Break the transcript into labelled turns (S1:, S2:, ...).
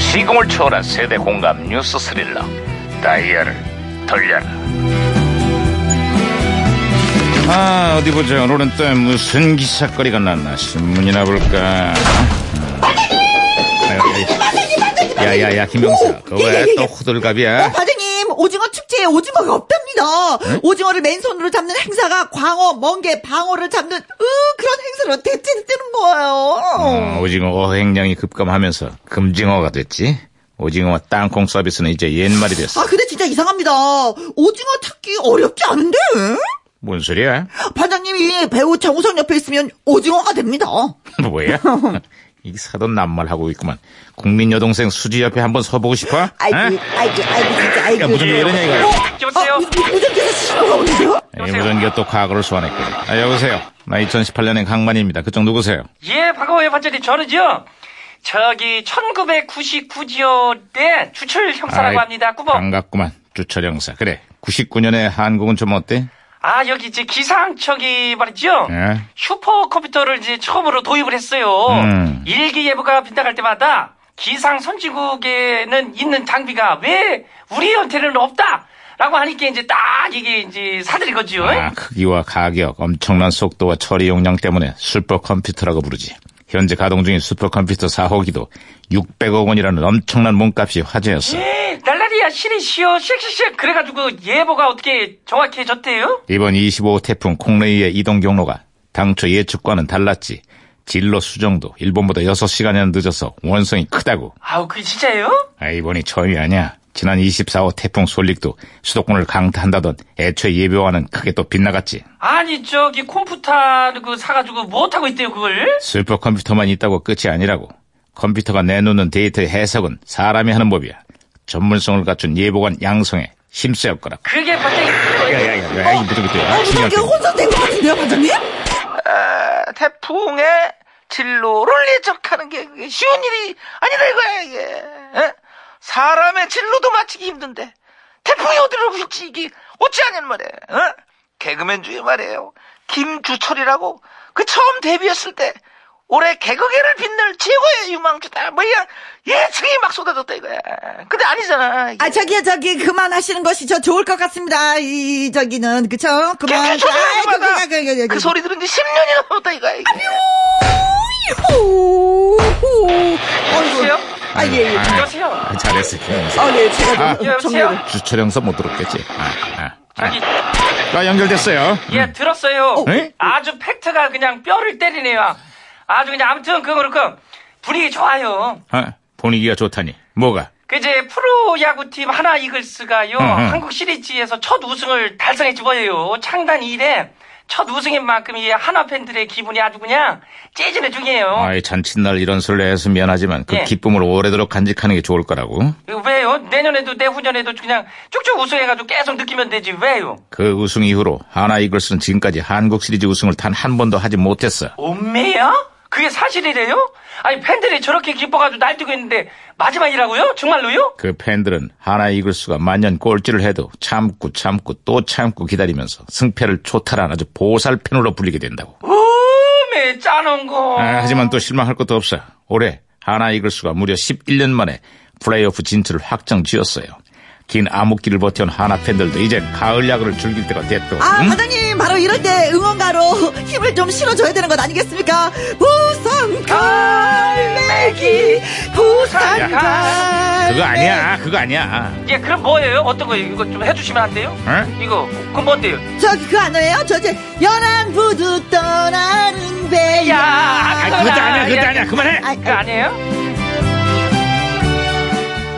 S1: 시공을 초월한 세대 공감 뉴스 스릴러 다이얼을 돌려라 아 어디 보자 오늘은 또 무슨 기사거리가 났나 신문이나 볼까 아, 야야야 김영사 그 왜
S2: 예, 예, 예.
S1: 또 호들갑이야
S2: 과장님 오징어 축제에 오징어가 없답니다.
S1: 네?
S2: 오징어를 맨손으로 잡는 행사가 광어, 멍게, 방어를 잡는 으, 그런 행사로 대체 뜨는 거예요.
S1: 어, 오징어가 횡령이 급감하면서 금징어가 됐지 오징어와 땅콩 서비스는 이제 옛말이 됐어
S2: 아 근데 진짜 이상합니다. 오징어 찾기 어렵지 않은데?
S1: 뭔 소리야
S2: 반장님이 배우 정우성 옆에 있으면 오징어가 됩니다.
S1: 뭐야? 이 사돈 낱말 하고 있구만. 국민 여동생 수지 옆에 한번 서보고 싶어?
S2: 아이고, 그-
S1: 어?
S2: 아이고, 아이고, 진짜 아이고.
S1: 야, 무슨 일 이러냐, 이거.
S2: 아, 무- 무- 무전 계속 신호가 오는데요?
S1: 예, 이 무전기가 또 과거를 소환했거든. 아, 여보세요. 나 2018년의 강만입니다. 그쪽 누구세요?
S3: 예, 반가워요, 반장님. 저는요, 저기, 1999년 때 추출 형사라고
S1: 아이,
S3: 합니다, 꾸벅.
S1: 반갑구만. 주철 형사. 그래. 99년에 한국은 좀 어때?
S3: 아, 여기 이제 기상청이 말이죠.
S1: 예.
S3: 슈퍼컴퓨터를 이제 처음으로 도입을 했어요.
S1: 음.
S3: 일기 예보가 빗나갈 때마다 기상 선진국에는 있는 장비가 왜 우리한테는 없다! 라고 하니까 이제 딱 이게 이제 사들인 거죠.
S1: 아, 크기와 가격, 엄청난 속도와 처리 용량 때문에 슈퍼컴퓨터라고 부르지. 현재 가동 중인 슈퍼컴퓨터 4호기도 600억 원이라는 엄청난 몸값이 화제였어.
S3: 예, 날라리야, 시리시오, 쉑쉑쉑. 그래가지고 예보가 어떻게 정확해졌대요?
S1: 이번 25호 태풍 콩레이의 이동 경로가 당초 예측과는 달랐지. 진로 수정도 일본보다 6시간이나 늦어서 원성이 크다고.
S3: 아우, 그게 진짜예요?
S1: 아, 이번이 처음이 아니야. 지난 24호 태풍 솔릭도 수도권을 강타한다던 애초에 예보와는 크게 또 빗나갔지.
S3: 아니 저기 컴퓨터 그 사가지고 못하고 있대요 그걸?
S1: 슈퍼컴퓨터만 있다고 끝이 아니라고. 컴퓨터가 내놓는 데이터의 해석은 사람이 하는 법이야. 전문성을 갖춘 예보관 양성에 힘써야 할 거라고.
S3: 그게 갑자기
S1: 야야야야, 이 무조건 돼.
S2: 아,
S1: 아,
S2: 무전기
S1: 진짜.
S2: 혼선된 것 같은데요, 반장님?
S4: 태풍의 진로를 예측하는 게 그게 쉬운 일이 아니다 이거야 이게 에? 사람의 진로도 맞추기 힘든데 태풍이 어디로 휘지 이게 어찌하냐는 말이야 어? 개그맨 중에 말이에요 김주철이라고 그 처음 데뷔했을 때 올해 개그계를 빛낼 최고의 유망주다 뭐 그냥 예측이 막 쏟아졌다 이거야 근데 아니잖아 그 이게.
S2: 아, 저기요, 저기, 그만하시는 것이 저 좋을 것 같습니다. 이, 저기는, 그쵸? 그만.
S4: 개그
S2: 아이고,
S4: 소리 하지
S2: 그, 그, 그, 그,
S4: 마라.
S2: 그.
S4: 그 소리 들은 지 10년이 넘었다 이거야 이게
S2: 오, 호. 아이고.
S3: 여보세요?
S2: 아, 예, 예.
S1: 아,
S3: 여보세요?
S1: 아, 잘했어, 김영사.
S2: 아, 네, 제가 좀
S3: 아,
S2: 정리를.
S3: 여보세요?
S1: 주철영사 못 들었겠지. 아, 아, 아.
S3: 저기
S1: 아, 음. 연결됐어요.
S3: 예 들었어요
S1: 에?
S3: 아주 팩트가 그냥 뼈를 때리네요 아주 그냥 아무튼 그거 그렇고 분위기 좋아요
S1: 아, 분위기가 좋다니. 뭐가?
S3: 그 이제 프로야구팀 하나 이글스가요
S1: 음.
S3: 한국 시리즈에서 첫 우승을 달성했지 뭐예요 창단 이래 첫 우승인 만큼 이 한화 팬들의 기분이 아주 그냥 찌질해 중이에요
S1: 아이, 잔칫날 이런 소리를 해서 미안하지만 그
S3: 어? 예.
S1: 기쁨을 오래도록 간직하는 게 좋을 거라고.
S3: 왜요 내년에도 내후년에도 그냥 쭉쭉 우승해가지고 계속 느끼면 되지 왜요
S1: 그 우승 이후로 하나 이글스는 지금까지 한국 시리즈 우승을 단 한 번도 하지 못했어.
S3: 엄매야? 그게 사실이래요? 아니 팬들이 저렇게 기뻐가지고 날뛰고 있는데 마지막이라고요? 정말로요?
S1: 그 팬들은 하나 이글스가 만년 꼴찌를 해도 참고 참고 또 참고 기다리면서 승패를 초탈한 아주 보살팬으로 불리게 된다고.
S3: 음에 짜는 거.
S1: 아, 하지만 또 실망할 것도 없어. 올해 하나 이글스가 무려 11년 만에 플레이오프 진출을 확정 지었어요. 긴 암흑기를 버텨온 하나 팬들도 이제 가을 야구를 즐길 때가 됐고.
S2: 아,
S1: 응?
S2: 과장님, 바로 이럴 때 응원가로 힘을 좀 실어줘야 되는 것 아니겠습니까? 부산 갈매기,
S3: 야,
S2: 부산 갈매기.
S1: 그거 아니야, 그거 아니야.
S3: 예, 그럼 뭐예요? 어떤 거 이거 좀 해주시면 안 돼요?
S1: 응?
S3: 이거 그건 뭔데요?
S2: 저기 그 아니에요? 저제 연안부두 떠나는 배야.
S3: 야,
S1: 아, 그것도 아니야, 그것도 아니야. 그만해.
S3: 그거 아니에요?